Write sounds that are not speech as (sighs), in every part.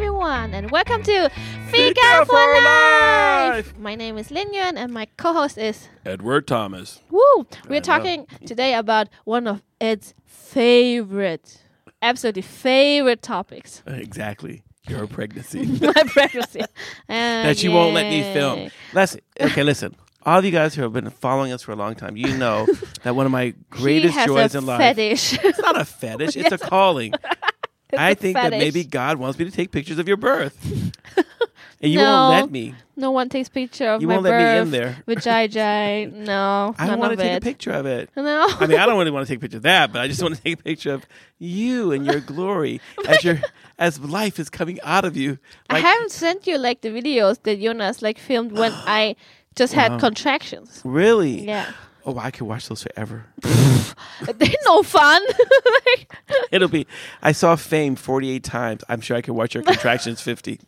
everyone. Welcome to Fika Fika for for Life. Life. My name is Lin Yuan and my co-host is Edward Thomas. Woo. We're Hello. talking today about one of Ed's favorite, absolutely favorite topics, (laughs) Exactly. (laughs) Your pregnancy my pregnancy. Uh, that you won't let me film. yay. Listen, okay, listen. All of you guys who have been following us for a long time, (laughs) you know that one of my He greatest has joys a in life. fetish. (laughs) It's not a fetish, it's a calling. I a think that fetish. maybe God wants me to take pictures of (laughs) your birth. And you No. won't let me. no one takes picture of You my won't birth. let me in there. With Jai Jai, no, (laughs) I none don't want of to take it. a picture of it. No, I mean, I don't really want to take a picture of that, but I just want to take a picture of you and your (laughs) glory as your as life is coming out of you. I Like, haven't sent you like the videos that Jonas like filmed (sighs) when I just had contractions. really? Yeah, Oh, I could watch those forever. (laughs) they're no fun. (laughs) Like, It'll be. I saw Fame 48 times. I'm sure I could watch your (laughs) contractions 50.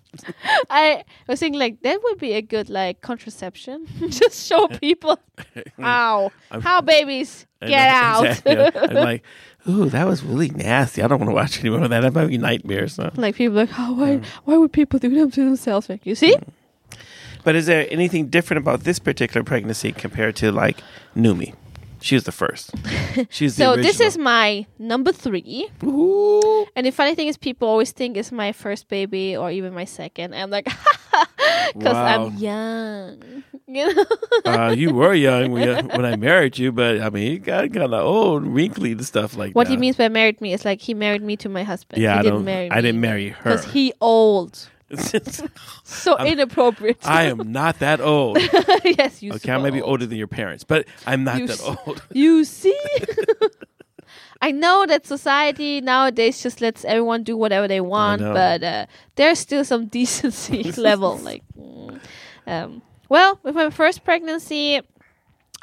I was thinking like that would be a good like contraception. (laughs) just (laughs) show people how how babies I get know, out. exactly. I'm (laughs) like, ooh, that was really nasty. I don't want to watch any more of that. That might be nightmares. No. Like people like, oh, why why would people do them to themselves? Like you see, But is there anything different about this particular pregnancy compared to like Numi? She was the (laughs) first. She's the so this is original. my number three. Ooh. And the funny thing is, people always think it's my first baby or even my second. I'm like, (laughs) because Wow. I'm young, (laughs) you know. uh, you were young when, when I married you, but I mean, you got kind of old, wrinkly, and stuff like What that. he means by married me is like he married me to my husband. Yeah, he I didn't don't. marry I didn't marry her. because he old. So I'm- inappropriate. (laughs) I am not that old. (laughs) yes, you. Okay, I may be small. older than your parents, but I'm not You s- that old. (laughs) You see. (laughs) I know that society nowadays just lets everyone do whatever they want, know. but uh, there's still some (laughs) (laughs) decency level. Like, mm. um, well, with my first pregnancy,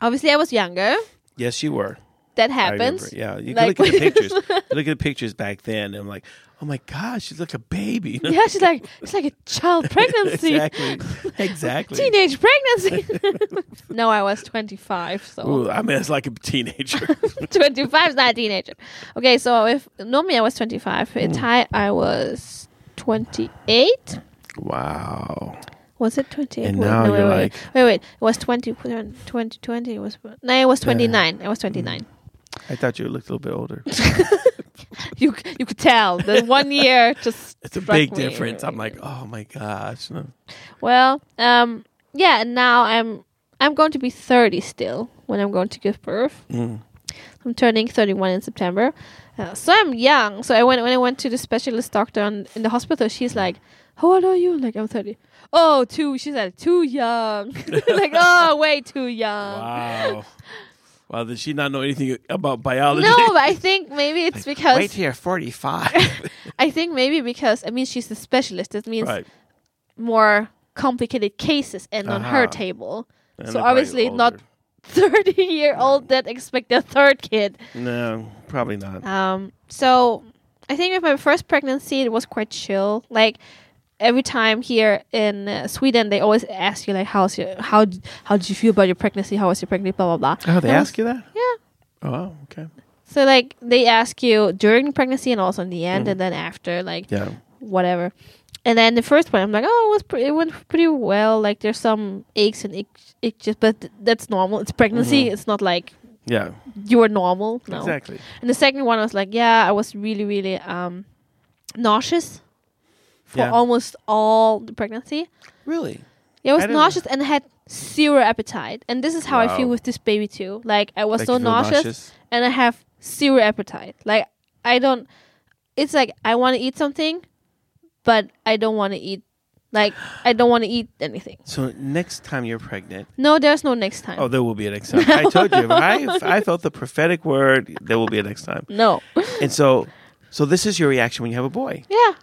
obviously I was younger. yes, you were. That I remember. happens. Yeah, you Like- can look at (laughs) the pictures. You look at the pictures back then, and I'm like, oh my god, she's like a baby. (laughs) Yeah, she's like it's like a child pregnancy, exactly. (laughs) Exactly. teenage (laughs) pregnancy. no, I was 25, so (laughs) Ooh, I mean, it's like a teenager. 25 is not a teenager. Okay, so if normally I was 25, Hmm. in Thai I was 28. wow. Was it 28? And Wait, now no, wait, you're wait, like- wait, wait, it was 20, 20, 20 it was no, it was 29. It was 29. I thought you looked a little bit older. (laughs) You c- you could tell the one year just (laughs) It's a struck big me. difference. I'm like, oh my gosh. No. Well, um, yeah, and now I'm I'm going to be 30 still when I'm going to give birth. Mm. I'm turning 31 in September, uh, so I'm young. So I went when I went to the specialist doctor on, in the hospital. She's like, "How old are you?" Like I'm 30. Oh, too. She's like too young. (laughs) like oh, way too young. (laughs) Wow. wow. Did she not know anything about biology? No, but I think maybe it's because (laughs) Wait (laughs) here, (laughs) 45. I think maybe because I mean she's a specialist. It means right. more complicated cases and on her Uh-huh. table. (laughs) And So they're probably obviously not older. 30 year old that expect a third kid. No, probably not. Um, so I think with my first pregnancy, it was quite chill. Like every time here in uh, Sweden, they always ask you like, "How's your how d- how did you feel about your pregnancy? How was your pregnancy?" Blah blah blah. Oh, they And I was- ask you that? Yeah. Oh, okay. So like they ask you during pregnancy and also in the Mm-hmm. end and then after like Yeah. whatever. And then the first one, I'm like, oh, it was pre- it went pretty well. Like there's some aches and itch- itches, but th- that's normal. It's pregnancy. It's not like Yeah. you're normal. No. Mm-hmm. Exactly. And the second one I was like, yeah, I was really, really um, nauseous for Yeah. almost all the pregnancy. Really? Yeah, I was I don't- nauseous and had zero appetite. And this is how I feel Wow. with this baby too. Like I was Like so you feel nauseous, and I have zero appetite. Like I don't. It's like I want to eat something, but I don't want to eat. Like I don't want to eat anything. So next time you're pregnant, No, there's no next time. oh, there will be a (laughs) next time. I told you. I, I felt the prophetic word. There will be a next time. No. (laughs) And so, so this is your reaction when you have a boy. yeah.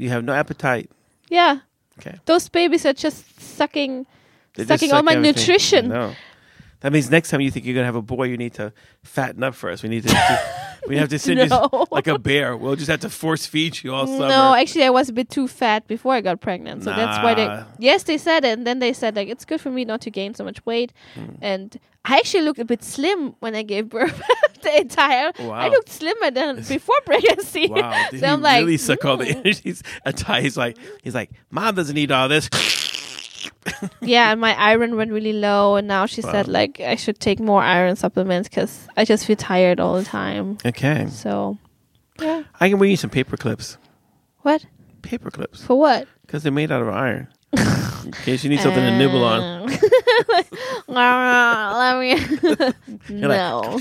You have no appetite. Yeah. Okay. Those babies are just sucking They just Sucking suck all my everything. nutrition. No. That means next time you think you're gonna have a boy, you need to fatten up first. We need to, (laughs) we have to send you No. like a bear. We'll just have to force feed you all summer. No, actually, I was a bit too fat before I got pregnant, so that's why Nah. they. Yes, they said it, and then they said like it's good for me not to gain so much weight, Hmm. and I actually looked a bit slim when I gave birth. (laughs) the entire Wow. I looked slimmer (laughs) than before pregnancy. Wow, (laughs) did so he I'm like, really suck all the (laughs) "Mm." energies? Until he's like, he's like, mom doesn't need all this. (laughs) yeah, and my iron went really low, and now she said Wow. like I should take more iron supplements because I just feel tired all the time. okay, So, yeah, I can bring you some paper clips. what Paper clips, for what? (laughs) because they're made out of iron. In case you need something to nibble on. Um, Oh. (laughs) Let me. (laughs) (laughs) You're no.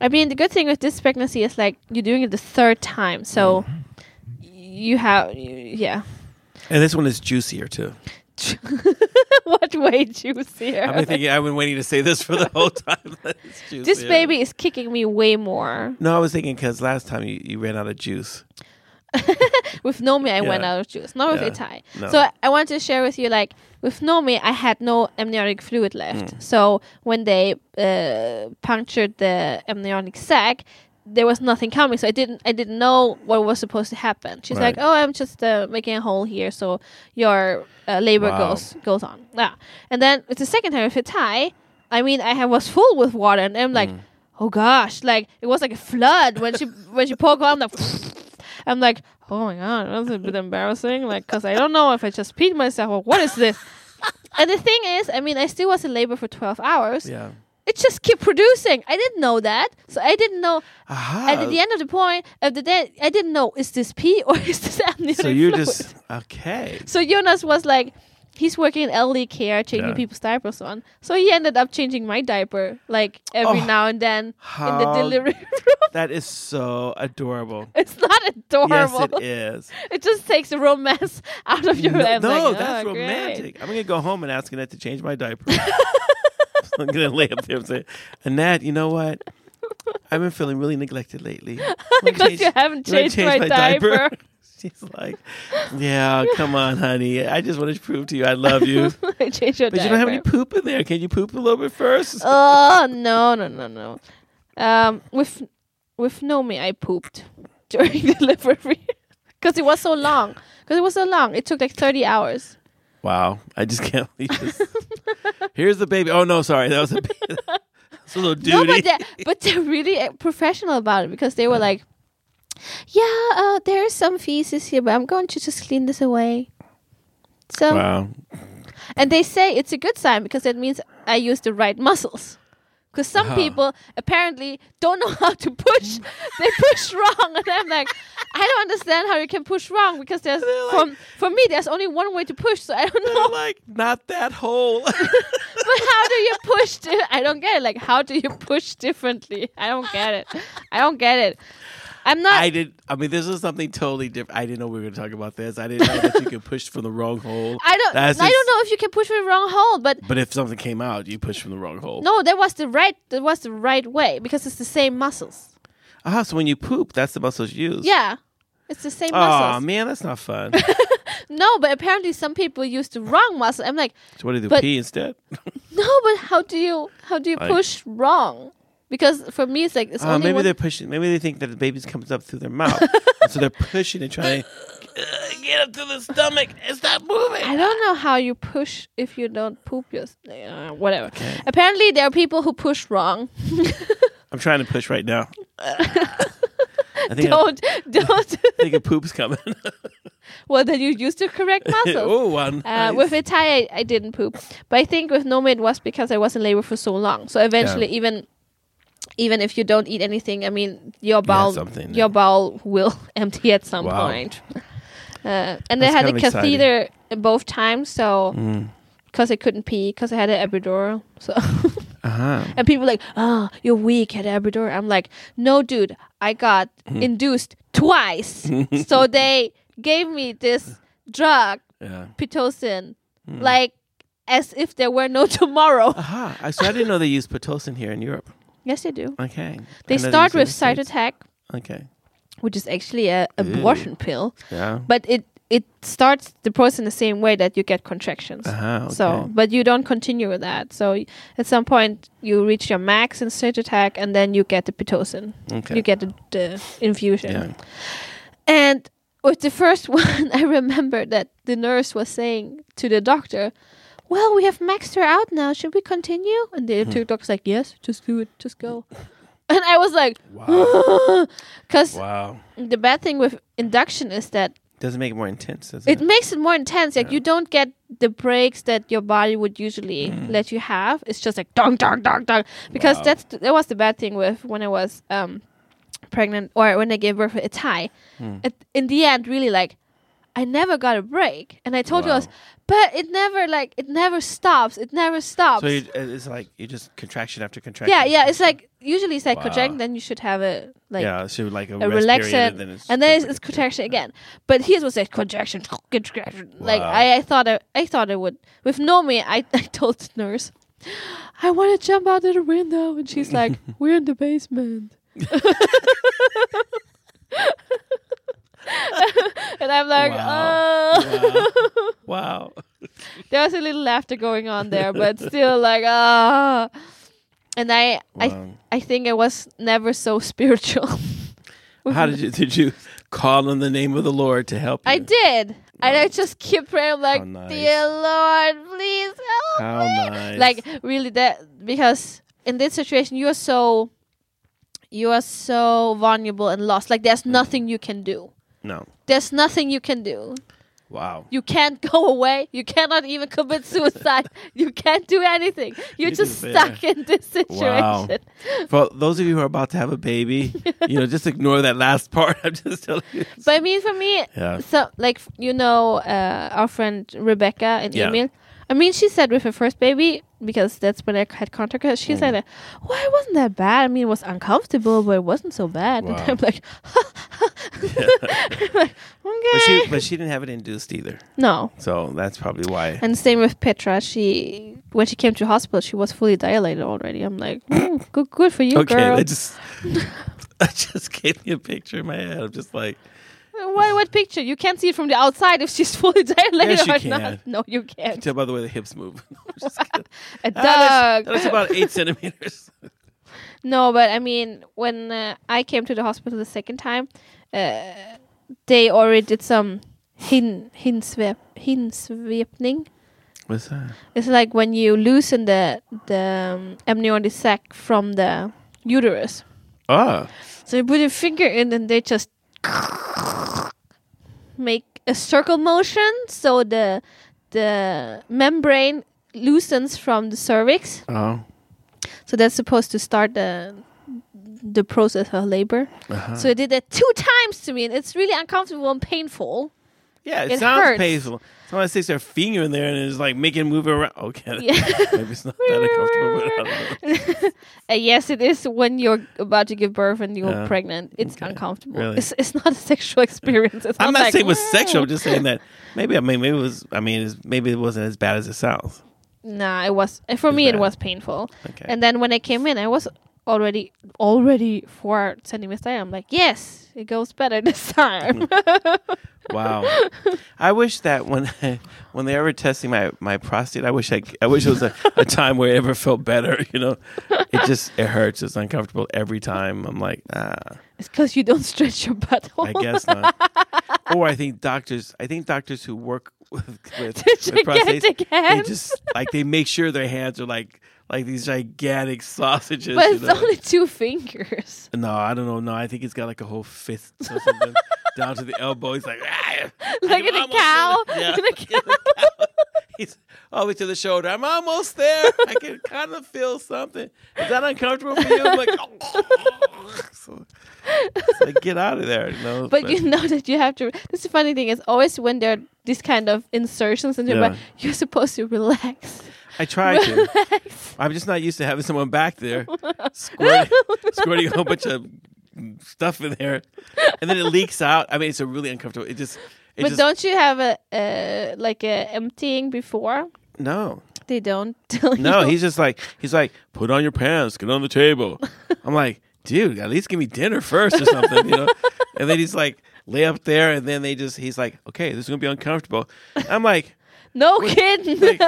I mean, the good thing with this pregnancy is like you're doing it the third time, so Mm-hmm. you have yeah. (laughs) And this one is juicier too. what way I've been juicier? (laughs) thinking, I've been waiting to say this for the whole time. (laughs) It's This juicier. baby is kicking me way more. No, I was thinking because last time you, you ran out of juice. With Nomi, I went Yeah. out of juice, not with Yeah. Itai. No. So I want to share with you, like with Nomi, I had no amniotic fluid left. Mm. So when they uh, punctured the amniotic sac, there was nothing coming. So I didn't, I didn't know what was supposed to happen. She's like, Right. "Oh, I'm just uh, making a hole here, so your uh, labor Wow. goes goes on." Yeah, and then it's the second time with Itai. I mean, I have, was full with water, and I'm Mm. like, "Oh gosh!" Like it was like a flood when she when she poured. I'm like. (laughs) I'm like, oh my god, that's a bit embarrassing. Like, cause I don't know if I just peed myself or what is this. (laughs) and the thing is, I mean, I still was in labor for 12 hours. Yeah. It just kept producing. I didn't know that, so I didn't know. Aha. and at the end of the point of the day, I didn't know is this pee (laughs) or is this amniotic so you fluid? just okay. So Jonas was like. He's working in elderly care, changing Yeah. people's diapers on. So he ended up changing my diaper like every Oh, now and then in the how- delivery (laughs) room. Um, That is so adorable. It's not adorable. Yes, it is. It just takes the romance out of (laughs) your No, life. no, Like, that's oh, great. romantic. I'm gonna go home and ask Annette to change my diaper. (laughs) I'm gonna lay up there and say, Annette, you know what? I've been feeling really neglected lately. (laughs) Because you haven't Wanna changed change my, my diaper. diaper? (laughs) She's like, Yeah, come on, honey. I just want to prove to you I (laughs) love you. (laughs) I changed your But diaper. you don't have any poop in there. Can you poop a little bit first? oh no no no no. Um, with with Nomi, I pooped (laughs) during delivery because it was so long. Because it was so long, it took like thirty hours. Wow, I just can't (laughs) believe (laughs) this. Here's the baby. Oh no, sorry, that was a, that's a little duty. No, but they're, but they're really uh, professional about it because they were Uh-huh. like, "Yeah, uh, there is some feces here, but I'm going to just clean this away." So (laughs) wow, And they say it's a good sign because that means I use the right muscles. Because some Uh-huh. people apparently don't know (laughs) how to push. they push wrong. And I'm like, I don't understand how you can push wrong because there's, (laughs) They're from, like- for me, there's only one way to push. So I don't They're know. like not that whole. (laughs) but how do you push? Di- I don't get it. Like, how do you push differently? I don't get it. I don't get it. I'm not. I did. I mean, this is something totally different. I didn't know we were going to talk about this. I didn't know that you could push from the wrong hole. (laughs) I don't. That's I just- don't know if you can push with the wrong hole, but But if something came out, you push from the wrong hole. no, that was the right. That was the right way because it's the same muscles. Ah, so when you poop, that's the muscles used. Yeah, it's the same Oh muscles. man, that's not (laughs) fun. No, but apparently some people use the wrong muscle. I'm like, so what do you do? But- pee instead? no, but how do you how do you Like- push wrong? Because for me, it's like it's Uh, only maybe one. they're pushing. Maybe they think that the baby comes up through their (laughs) mouth, And so they're pushing and trying to uh, get up to the stomach. It's not moving. I don't know how you push if you don't poop your uh, whatever. Apparently, there are people who push wrong. I'm trying to push right (laughs) now. I think I, don't don't. (laughs) think a poop's coming. well, then you use the (laughs) correct muscle. oh, one. Uh, nice. with Itai, I, I didn't poop, but I think with Nome it was because I was in labor for so long. So eventually, even even if you don't eat anything, I mean your bowel something, yeah. your bowel will (laughs) empty at some Wow. point. (laughs) Uh, and they That's had a kind of exciting. Mm. catheter both times, so because I couldn't pee, because I had an epidural. So (laughs) uh-huh. and people like, oh, you're weak at epidural. I'm like, no, dude, I got Hmm. induced (laughs) twice, so they gave me this drug Yeah. pitocin Hmm. like as if there were no (laughs) tomorrow Aha. I- So I didn't know they used Pitocin here in Europe. yes they do Okay. they I know start use with it in the States. cytotec Okay. which is actually a abortion pill Yeah. but it it starts the process in the same way that you get contractions. Uh-huh, okay. So, but you don't continue with that. So, y- at some point, you reach your max in stage attack, and then you get the pitocin. Okay. You get the, the infusion. (laughs) yeah. And with the first (laughs) one, I remember that the nurse was saying to the doctor, "Well, we have maxed her out now. Should we continue?" And Hmm. the two doctors like, "Yes, just do it. Just go." (laughs) And I was like, (gasps) Wow. because wow. the bad thing with induction is that Doesn't make it more intense, does it it? makes it more intense. Like Yeah. you don't get the breaks that your body would usually let you have. It's just like dong dong dong dong. Because Mm. Wow. that's th- that was the bad thing with when I was um pregnant or when I gave birth. It's high. Mm. It, in the end, really like I never got a break, and I told you I was, Wow. but it never like it never stops. It never stops. So you, it's like you just contraction after contraction. yeah, yeah. It's like usually it's like Wow. contracting, then you should have a like yeah, so like a, a rest relaxant, period, and then it's, and then it's, it's contraction again. But his was like contraction, contraction. Like Wow. I, I thought I, I thought it would. With Nomi, I, (laughs) I told the nurse, I want to jump out of the window, and she's (laughs) like, "We're in the basement." and I'm like, Wow. oh, wow. (laughs) there was a little laughter going on there, but still like, ah. And I, I, Wow. (laughs) I think I was never so spiritual. (laughs) How did you did you call on the name of the Lord to help you? I did. And I just keep praying, I'm like, How nice. dear Lord, please help How me. nice. Like really, that because in this situation you are so, you are so vulnerable and lost. Like there's nothing you can do. no. There's nothing you can do. Wow. You can't go (laughs) away. You cannot even commit (laughs) suicide. you can't do anything. You're This just is stuck in this situation. Wow. For those of you who are about to have a baby, (laughs) you know, just ignore that last (laughs) part. I'm just telling you. But I mean, for me, Yeah. so like f- you know uh, our friend rebecca and Yeah. emil i mean she said with her first baby because that's when i c- had contact with her she Mm. said uh, well it wasn't that bad i mean it was uncomfortable but it wasn't so bad (laughs) Wow. and i'm like, like, (laughs) okay But she but she didn't have it induced either. no So that's probably why. and same with petra she when she came to hospital she was fully dilated already i'm like (laughs) "Mm, good, good for you okay, girl that just (laughs) I just gave me a picture in my head. I'm just like what, what picture you can't see it from the outside if she's (laughs) fully dilated Yes, you or can. not no you can't tell by the way the hips move. (laughs) I'm just kidding. a Ah, that's- dog that's about eight centimeters. No, but I mean, when uh, I came to the hospital the second time, uh, they already did some hin hinswep hinswepning. What's that? It's like when you loosen the the um, amniotic sac from the uterus. Oh. So you put your finger in, and they just make a circle motion, so the the membrane loosens from the cervix. Oh. So that's supposed to start the the process of labor. Uh-huh. So it did that two times to me, and it's really uncomfortable and painful. Yeah, it, It sounds hurts. painful. Someone sticks their finger in there and it's like making it move around. Okay, Yeah. (laughs) maybe it's not that uncomfortable. But I (laughs) don't know. Uh, yes, it is when you're about to give birth and you're Yeah. pregnant. It's Okay. uncomfortable. Really? It's, it's not a sexual experience. It's I'm not like, saying it was "Whoa." sexual. I'm just saying that maybe I mean maybe it was. I mean it's, maybe it wasn't as bad as it sounds. Nah, it was uh, for It's me. It bad. was painful. Okay. And then when I came in, I was already already four centimeters. Down. I'm like, yes, it goes better this (laughs) time. Hmm. (laughs) wow. I wish that when (laughs) when they were testing my, my prostate, I wish I I wish it was a, a time where it ever felt better. (laughs) You know, it just it hurts. It's uncomfortable every time. I'm like ah. it's because you don't stretch your butthole. I (laughs) guess not. or I think doctors. I think doctors who work (laughs) with with, with prostates, Gigantic they hands. just like they make sure their hands are like like these gigantic sausages. but you it's know? only two fingers. (laughs) no, I don't know. No, I think he's got like a whole fist or something down to the elbow. He's like, "Ah, I Like can in a almost cow, feel it." (laughs) Yeah. (laughs) in a cow. (laughs) He's all the way to the shoulder. I'm almost there. I (laughs) can kind of feel something. Is that uncomfortable for you? I'm like, (laughs) "Oh." so, it's like get out of there. You know? But you (laughs) know that you have to. This is the funny thing is always when there are these kind of insertions into your Yeah. body, (laughs) you're supposed to relax. I tried to. I'm just not used to having someone back there (laughs) squirting, squirting a whole bunch of stuff in there, and then it leaks out. I mean, it's a really uncomfortable. It just, it but just don't you have a uh, like a emptying before? no, They don't (laughs) tell no. you. He's just like he's like, put on your pants, get on the table. I'm like, dude, at least give me dinner first or something, you know. And then he's like, lay up there, and then they just he's like, okay, this is gonna be uncomfortable. I'm like. (laughs) No kidding. like,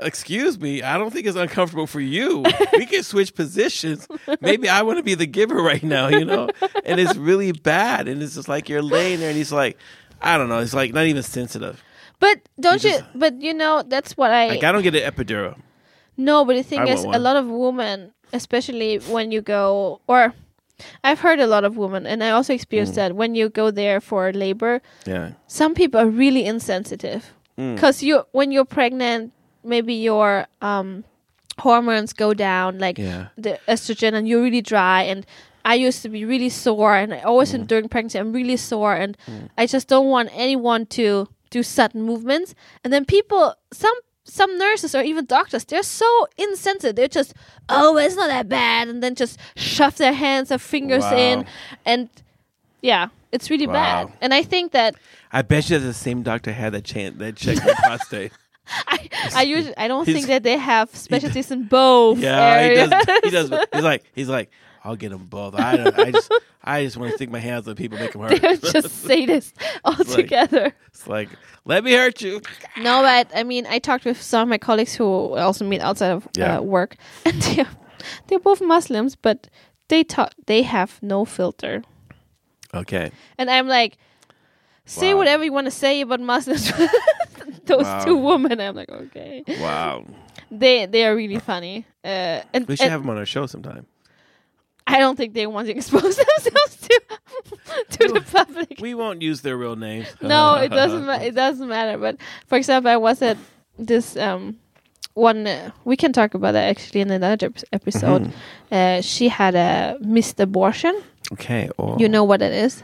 excuse me, I don't think it's uncomfortable for you. We can switch positions. Maybe I want to be the giver right now, you know? And it's really bad. And it's just like you're laying there and he's like, I don't know. It's like not even sensitive. but don't you? You just- but you know that's what I. Like I don't get an epidural. No, but the thing I is, want a one. lot of women, especially when you go, or I've heard a lot of women, and I also experienced Mm. that when you go there for labor, Yeah. some people are really insensitive Mm. because you, when you're pregnant, maybe your um, hormones go down, like Yeah. the estrogen, and you're really dry and. I used to be really sore, and I Mm. always during pregnancy I'm really sore, and I just don't want anyone to do sudden movements. And then people, some some nurses or even doctors, they're so insensitive. They're just, oh, it's not that bad, and then just shove their hands or fingers Wow. in, and yeah, it's really bad. Wow. And I think that I bet you the same doctor had that chance that checked my prostate. I I usually I don't He's- think that they have specialties in both Yeah, he areas. does he (laughs) does he's like he's like, I'll get them both. I don't, I just I just want to stick my hands on people, make them (laughs) hurt. they're just sadists altogether. it's like, let me hurt you. No, but I mean, I talked with some of my colleagues who also meet outside of Yeah. uh, work, (laughs) and they're, they're both Muslims, but they talk they have no filter, Okay. and I'm like, say Wow. whatever you want to say about Muslims. (laughs) Those Wow. two women, I'm like, okay, Wow. they they are really funny, uh, and, We should and have him on our show sometime. I don't think they want to expose (laughs) themselves to to the public. We won't use their real names. (laughs) no, (laughs) it doesn't. Ma- it doesn't matter. But for example, I was at this um one. Uh, we can talk about that actually in another ep- episode. Mm-hmm. Uh, she had a missed abortion. okay. Or You know what it is?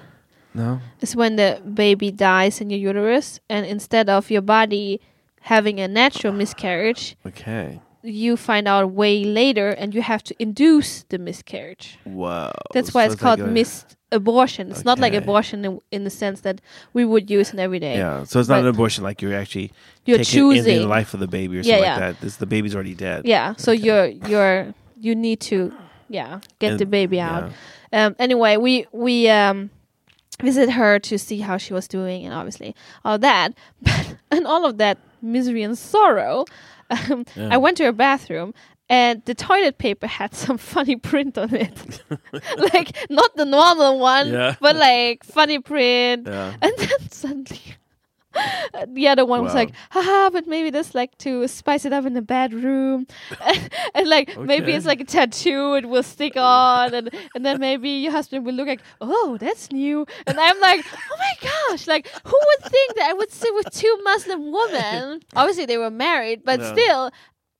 no. It's when the baby dies in your uterus, and instead of your body having a natural miscarriage, Okay. you find out way later, and you have to induce the miscarriage. Wow. That's why Oh, So it's called like a- missed abortion. It's not like Okay. abortion in, in the sense that we would use in everyday. Yeah. So it's not an but- abortion. Like you're actually You're taking in the choosing. life of the baby Yeah, or something yeah. like that. This the baby's already dead. Yeah. So you're you're you need to yeah get And- the baby out. Um. Anyway, we we um visit her to see how she was doing and obviously all that, (laughs) but and all of that misery and sorrow. Um, Yeah. I went to her bathroom. And the toilet paper had (laughs) some funny print on (laughs) it, like not the normal one, Yeah. but like funny print. Yeah. (laughs) And then suddenly, uh, the other one was Wow. like, haha, but maybe that's like to spice it up in the bedroom. (laughs) and, like, maybe it's Okay. like a tattoo, it will stick on. And, and then maybe your husband will look like, oh, that's new. And I'm like, oh my gosh, like, who would think that I would sit with two Muslim (laughs) women? Obviously, they were married, but Yeah. still.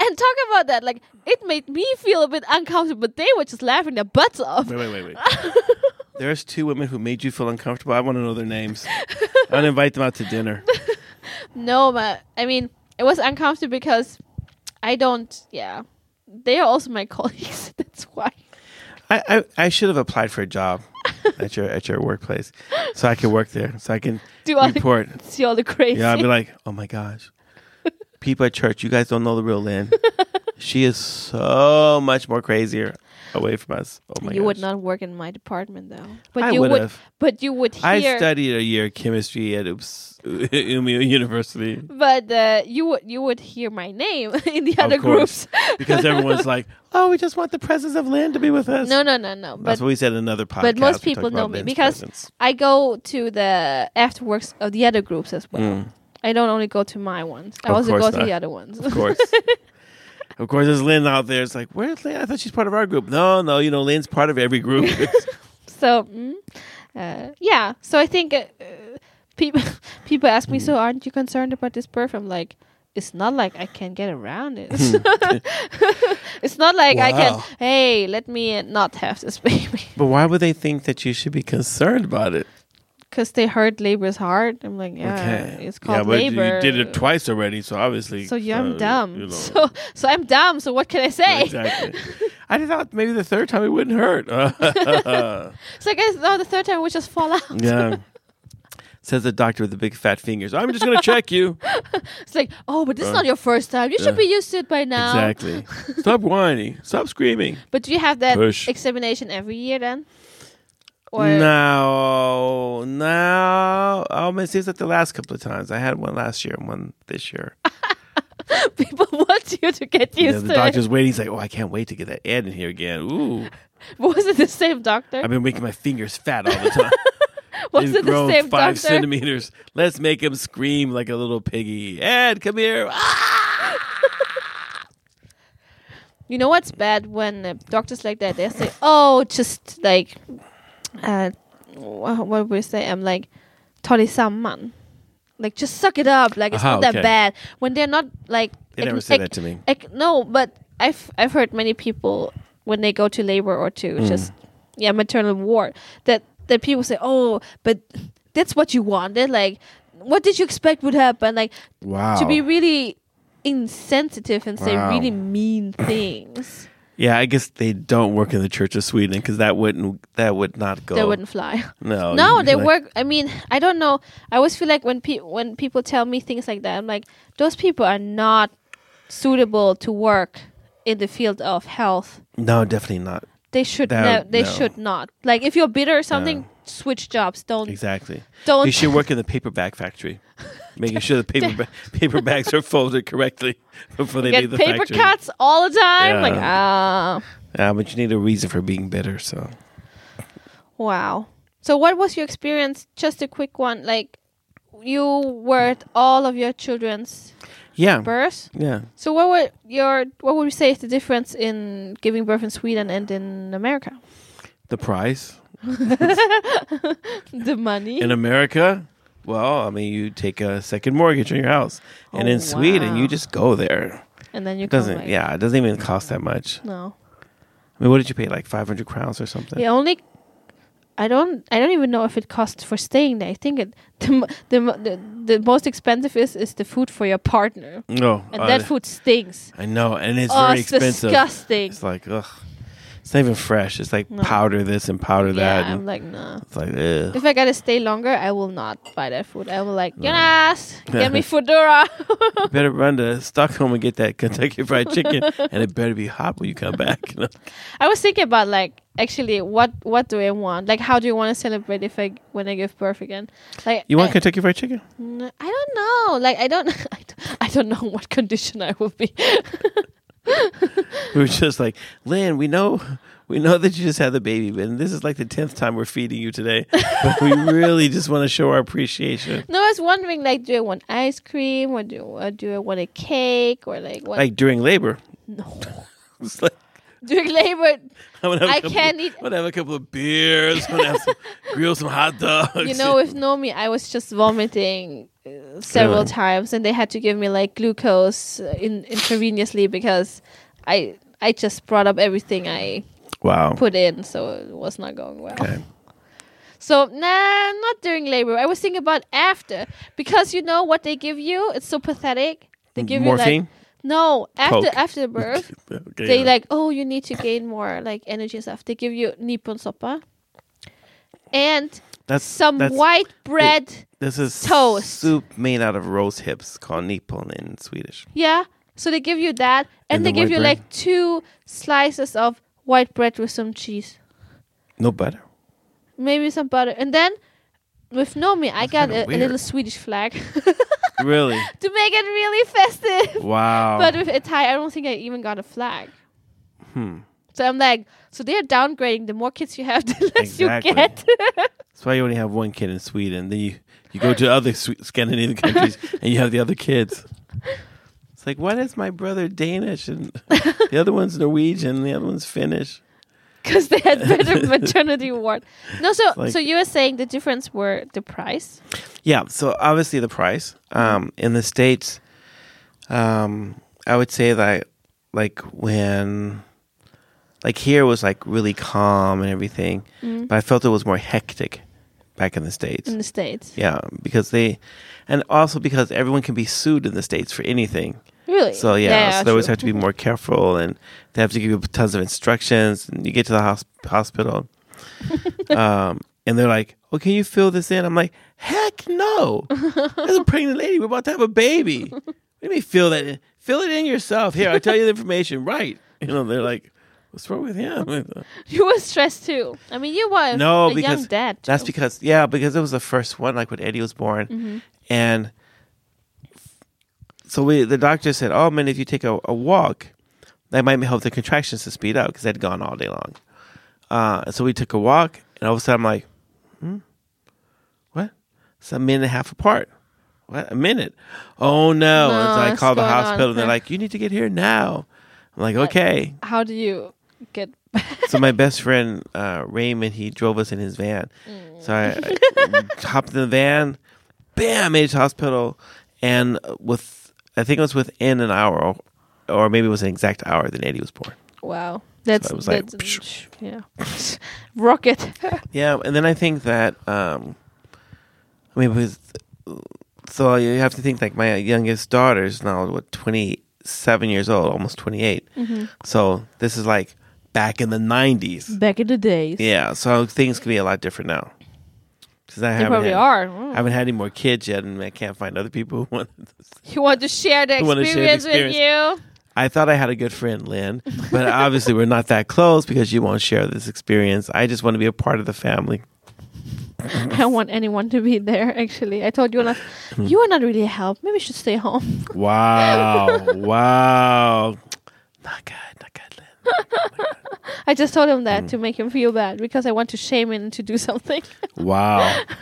And talk about that, like, it made me feel a bit uncomfortable, but they were just laughing their butts off. Wait, wait, wait, wait. (laughs) There's two women who made you feel uncomfortable. I want to know their (laughs) names. I'm gonna invite them out to dinner. No, but I mean, it was uncomfortable because I don't. Yeah, they are also my (laughs) colleagues. That's why. I, I, I should have applied for a job at your at your workplace, so I could work there, so (laughs) I can Do all the, report. see all the crazy. (laughs) Yeah, I'd be like, oh my gosh. People at church, you guys don't know the real Lynn. she is so much more crazier away from us. Oh my you would gosh. not work in my department though. But I you would would. have. But you would hear. I studied a year of chemistry at Ups- (laughs) Umeå University but uh, you would you would hear my name (laughs) in the other course. groups. because everyone's like, oh, we just want the presence of Lynn to be with (laughs) us. No, no, no, no. That's But what we said in another podcast. but most We talked people know about me Lynn's because presence. I go to the afterworks of the other groups as (laughs) well. Mm, I don't only go to my ones. I Of also go course to not. the other ones. of course. Of course, there's Lynn out there. It's like, where's Lynn? I thought she's part of our group. No, no, you know, Lynn's part of every group. (laughs) So, mm, uh, yeah. So I think uh, people (laughs) people ask Hmm. me, so aren't you concerned about this birth? I'm like, it's not like I can get around it. (laughs) it's not like I can. Hmm. Wow. Hey, let me uh, not have this (laughs) baby but why would they think that you should be concerned about it? because they hurt labor is hard. I'm like, yeah, it's called but you- labor. You did it twice already, so obviously. So yeah, I'm uh, dumb. you (laughs) know. So so I'm dumb. So what can I say? Exactly. I thought maybe the third time it wouldn't hurt. (laughs) It's like I thought the third time would just fall out. yeah. Says the doctor with the big fat fingers. I'm just gonna (laughs) check you. It's like, oh, but this is Uh, not your first time. You should uh, be used to it by now. Exactly. Stop whining. Stop screaming. But do you have that Push. examination every year then? Or no, no. Um, it seems like the last couple of times I had one last year and one this year. (laughs) people want (laughs) you to get You know, used the to it. doctor's waiting. He's like, "Oh, I can't wait to get that ad in here again." Ooh, (laughs) Was it the same doctor? I've been making my fingers fat all the (laughs) time. was He's it the grown same five doctor? centimeters. Let's make him scream like a little piggy. Ed, come here. Ah! You know what's bad when uh, doctors like that? They say, "Oh, just like, uh, wha- what would we say? I'm like, ta det samman, like just suck it up. Like it's Aha, not that okay. bad." When they're not like, They ac- never said ac- that to me. ac- no, but I've I've heard many people when they go to labor or to Mm. just yeah maternal ward that that people say, "Oh, but that's what you wanted." Like, what did you expect would happen? Like Wow. to be really insensitive and say Wow. really (coughs) mean things. yeah, I guess they don't work in the Church of Sweden because that wouldn't that would not go. They wouldn't fly. No. no, you'd they Oh, be like, work. I mean, I don't know. I always feel like when pe- when people tell me things like that, I'm like, those people are not suitable to work in the field of health. No, definitely not. They should That- ne- They no. should not. Like, if you're bitter or something, switch jobs. Don't Exactly. don't. You should work in the paper bag (laughs) factory, making sure the paper ba- paper bags are folded correctly (laughs) before they Get leave the paper factory. cuts all the time. Yeah. Like ah, Uh, but you need a reason for being bitter. So wow. So, what was your experience? Just a quick one. Like, you were at all of your children's yeah, births. yeah. So what would your what would you say is the difference in giving birth in Sweden and in America? (laughs) The price The money. in America. Well, I mean, you take a second mortgage on your house, and Oh, in Sweden, wow. you just go there. and then you It doesn't come back. yeah? It doesn't even cost that much. No. I mean, what did you pay? Like five hundred crowns or something? The only I don't I don't even know if it costs for staying there. I think it the mo- the mo- the, the most expensive is is the food for your partner. No, And uh, that food stinks. I know, and it's oh, very it's expensive. disgusting. It's like ugh, it's not even fresh. It's like No. powder this and powder that. yeah, and I'm like nah. it's like ugh. If I gotta stay longer, I will not buy that food. I will like, Jonas, get (laughs) me Foodora. (laughs) You better run to Stockholm and get that Kentucky Fried Chicken, and it better be hot when you come back. (laughs) you know? I was thinking about like actually what what do I want? Like how do you want to celebrate if I when I give birth again? Like You want I, Kentucky Fried Chicken? Mm, I don't know. Like I don't (laughs) I don't, I don't know what condition I will be. We (laughs) were just like, Lynn, we know, we know that you just had the baby, but this is like the tenth time we're feeding you today. (laughs) But we really just want to show our appreciation. no, I was wondering like do I want ice cream or do or do I want a cake or like what? Like during labor, no. (laughs) it's like During (laughs) labor, I'm gonna have a I couple- can't eat- I'm gonna have a couple of beers. I'm gonna have (laughs) some, grill some hot dogs. you know, with Nomi, I was just vomiting uh, several Really? times, and they had to give me like glucose uh, in, intravenously because I I just brought up everything I wow. put in, so it was not going well. Okay. So nah, not during labor. I was thinking about after because you know what they give you. It's so pathetic. They give you Morphine. like no after Coke. after the birth. (laughs) Okay, they yeah. like oh you need to gain more like energy and stuff. They give you nippon soppa and that's some that's- white bread. This is toast. soup made out of roast hips called nipon in Swedish. Yeah. So they give you that, and, And they the give white you bread? like two slices of white bread with some cheese. No butter. maybe some butter. And then with Nomi, I got kinda a, a weird. little Swedish flag (laughs) to (laughs) Really? make it really festive. Wow. But with a tie, I don't think I even got a flag. Hmm. So I'm like, so they're downgrading. The more kids you have, (laughs) the less Exactly. you get. That's why you only have one kid in Sweden. Then you, you go to other Swe- Scandinavian countries and you have the other kids. It's like, why is my brother Danish and the other one's Norwegian and the other one's Finnish? Because they (laughs) had better maternity ward. No, so like- so you were saying the difference were the price. Yeah, so obviously the price. Um, in the States, um, I would say that, like, when, like, here was like really calm and everything, but I felt it was more hectic back in the States. in the States. Yeah, because they, and also because everyone can be sued in the States for anything. Really? So yeah, so they always true. have to be more careful, and they have to give you tons of instructions. And you get to the hos- (laughs) hospital, um, and they're like, "Well, can you fill this in?" I'm like, "Heck no! There's a pregnant lady. We're about to have a baby. Let me fill that in. Fill it in yourself. Here, I'll tell you the information. Right? You know, they're like, What's wrong with him? (laughs) (laughs) You were stressed too. I mean, you were No, a young because dad. That's too. because yeah, because it was the first one, like when Eddie was born, Mm-hmm. and so we the doctor said, "Oh man, if you take a, a walk, that might help the contractions to speed up because they'd gone all day long." Uh, and so we took a walk, and all of a sudden I'm like, hmm? "What? It's a minute and a half apart." What a minute! Oh no! No, and so I it's called the going on. hospital, and they're like, "You need to get here now." I'm like, "Okay." how do you get (laughs) so my best friend uh, Raymond, he drove us in his van. So I, I (laughs) hopped in the van, bam, made it to hospital, and with I think it was within an hour, or, or maybe it was an exact hour that Eddie was born. Wow. That's, I was like, that's yeah. (laughs) Rocket. Yeah, and then I think that um, I mean, with, so you have to think like my youngest daughter is now what twenty seven years old, almost twenty So this is like back in the nineties. Back in the days. Yeah, so things could be a lot different now. Because I They haven't probably had, are. I Mm. haven't had any more kids yet, and I can't find other people. Who want You want to share the You wanna share the experience, with you? I thought I had a good friend, Lynn, (laughs) but obviously we're not that close because you won't share this experience. I just want to be a part of the family. I don't want anyone to be there, actually. I told you (laughs) last, you are not really a help. Maybe you should stay home. Wow! (laughs) wow! Not good. Not good, Lynn. I just told him Mm. that to make him feel bad because I want to shame him to do (laughs) something. Wow! I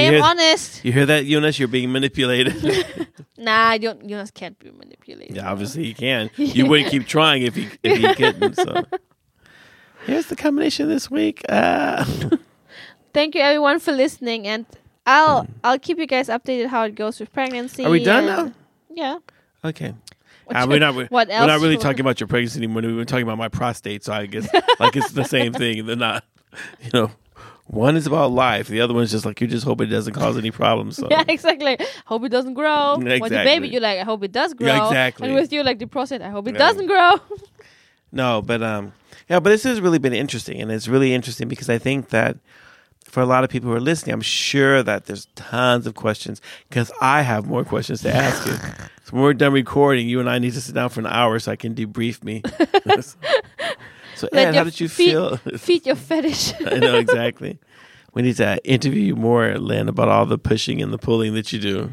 You am hear- honest. You hear that, Eunice? You're being manipulated. (laughs) Nah, you don't, Jonas can't be manipulated. yeah, obviously you can. You wouldn't keep trying if you if you (laughs) couldn't. So here's the combination this week. Uh, (laughs) Thank you everyone for listening and I'll I'll keep you guys updated how it goes with pregnancy. Mm. Are we done and- Yeah. Okay. What Uh, you- we're not, we're, what else not really you- talking about your pregnancy anymore. We're talking about my prostate. So (laughs) I guess like it's the same thing. They're not, you know, one is about life. The other one's just like, you just hope it doesn't cause any problems. So (laughs) Yeah, exactly. Hope it doesn't grow. With the baby, Exactly. you're like, I hope it does grow. Yeah, exactly. And with you, like the process, I hope it Yeah. doesn't (laughs) grow. no, but, um, yeah, but this has really been interesting. And it's really interesting because I think that for a lot of people who are listening, I'm sure that there's tons of questions because I have more questions to ask (laughs) you. So when we're done recording, you and I need to sit down for an hour so I can debrief (laughs) me. (laughs) so, Let your Ed, how did you feet- feel? (laughs) Feed your fetish. (laughs) I know exactly. We need to interview you more, Lynn, about all the pushing and the pulling that you do.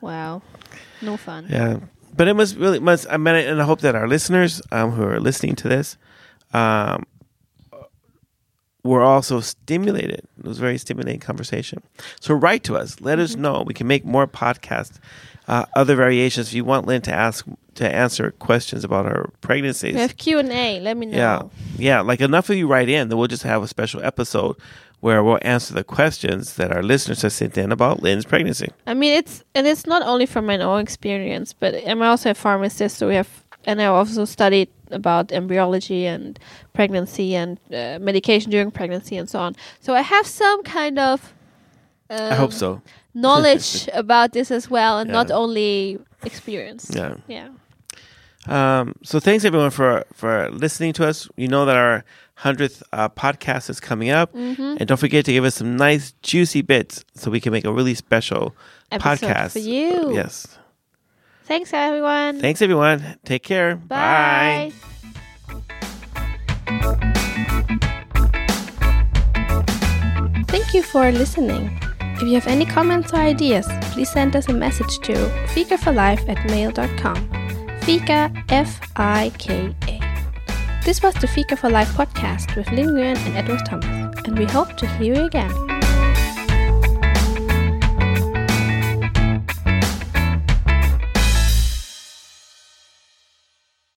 wow. No fun. Yeah, but it must really must. I mean, and I hope that our listeners um, who are listening to this um, were also stimulated. It was a very stimulating conversation. So write to us. Let us know. We can make more podcasts, uh, other variations. If you want Lynn to ask to answer questions about her pregnancies, We have Q and A. Let me know. yeah. Yeah. Like enough of you write in that we'll just have a special episode where we'll answer the questions that our listeners have sent in about Lynn's pregnancy. I mean, it's and it's not only from my own experience, but I'm also a pharmacist, so we have and I also studied about embryology and pregnancy and uh, medication during pregnancy and so on. So I have some kind of um, I hope so. (laughs) knowledge about this as well, and not Yeah. only experience. Yeah. Yeah. Um, so thanks everyone for for listening to us. You know that our hundredth uh, podcast is coming up, Mm-hmm. and don't forget to give us some nice juicy bits so we can make a really special Episode podcast for you. Yes. Thanks, everyone. Thanks everyone. Take care. Bye. Thank you for listening. If you have any comments or ideas, please send us a message to fikaforlife at mail.com. Fika, F I K A. This was the Fika for Life podcast with Lin Nguyen and Edward Thomas, and we hope to hear you again.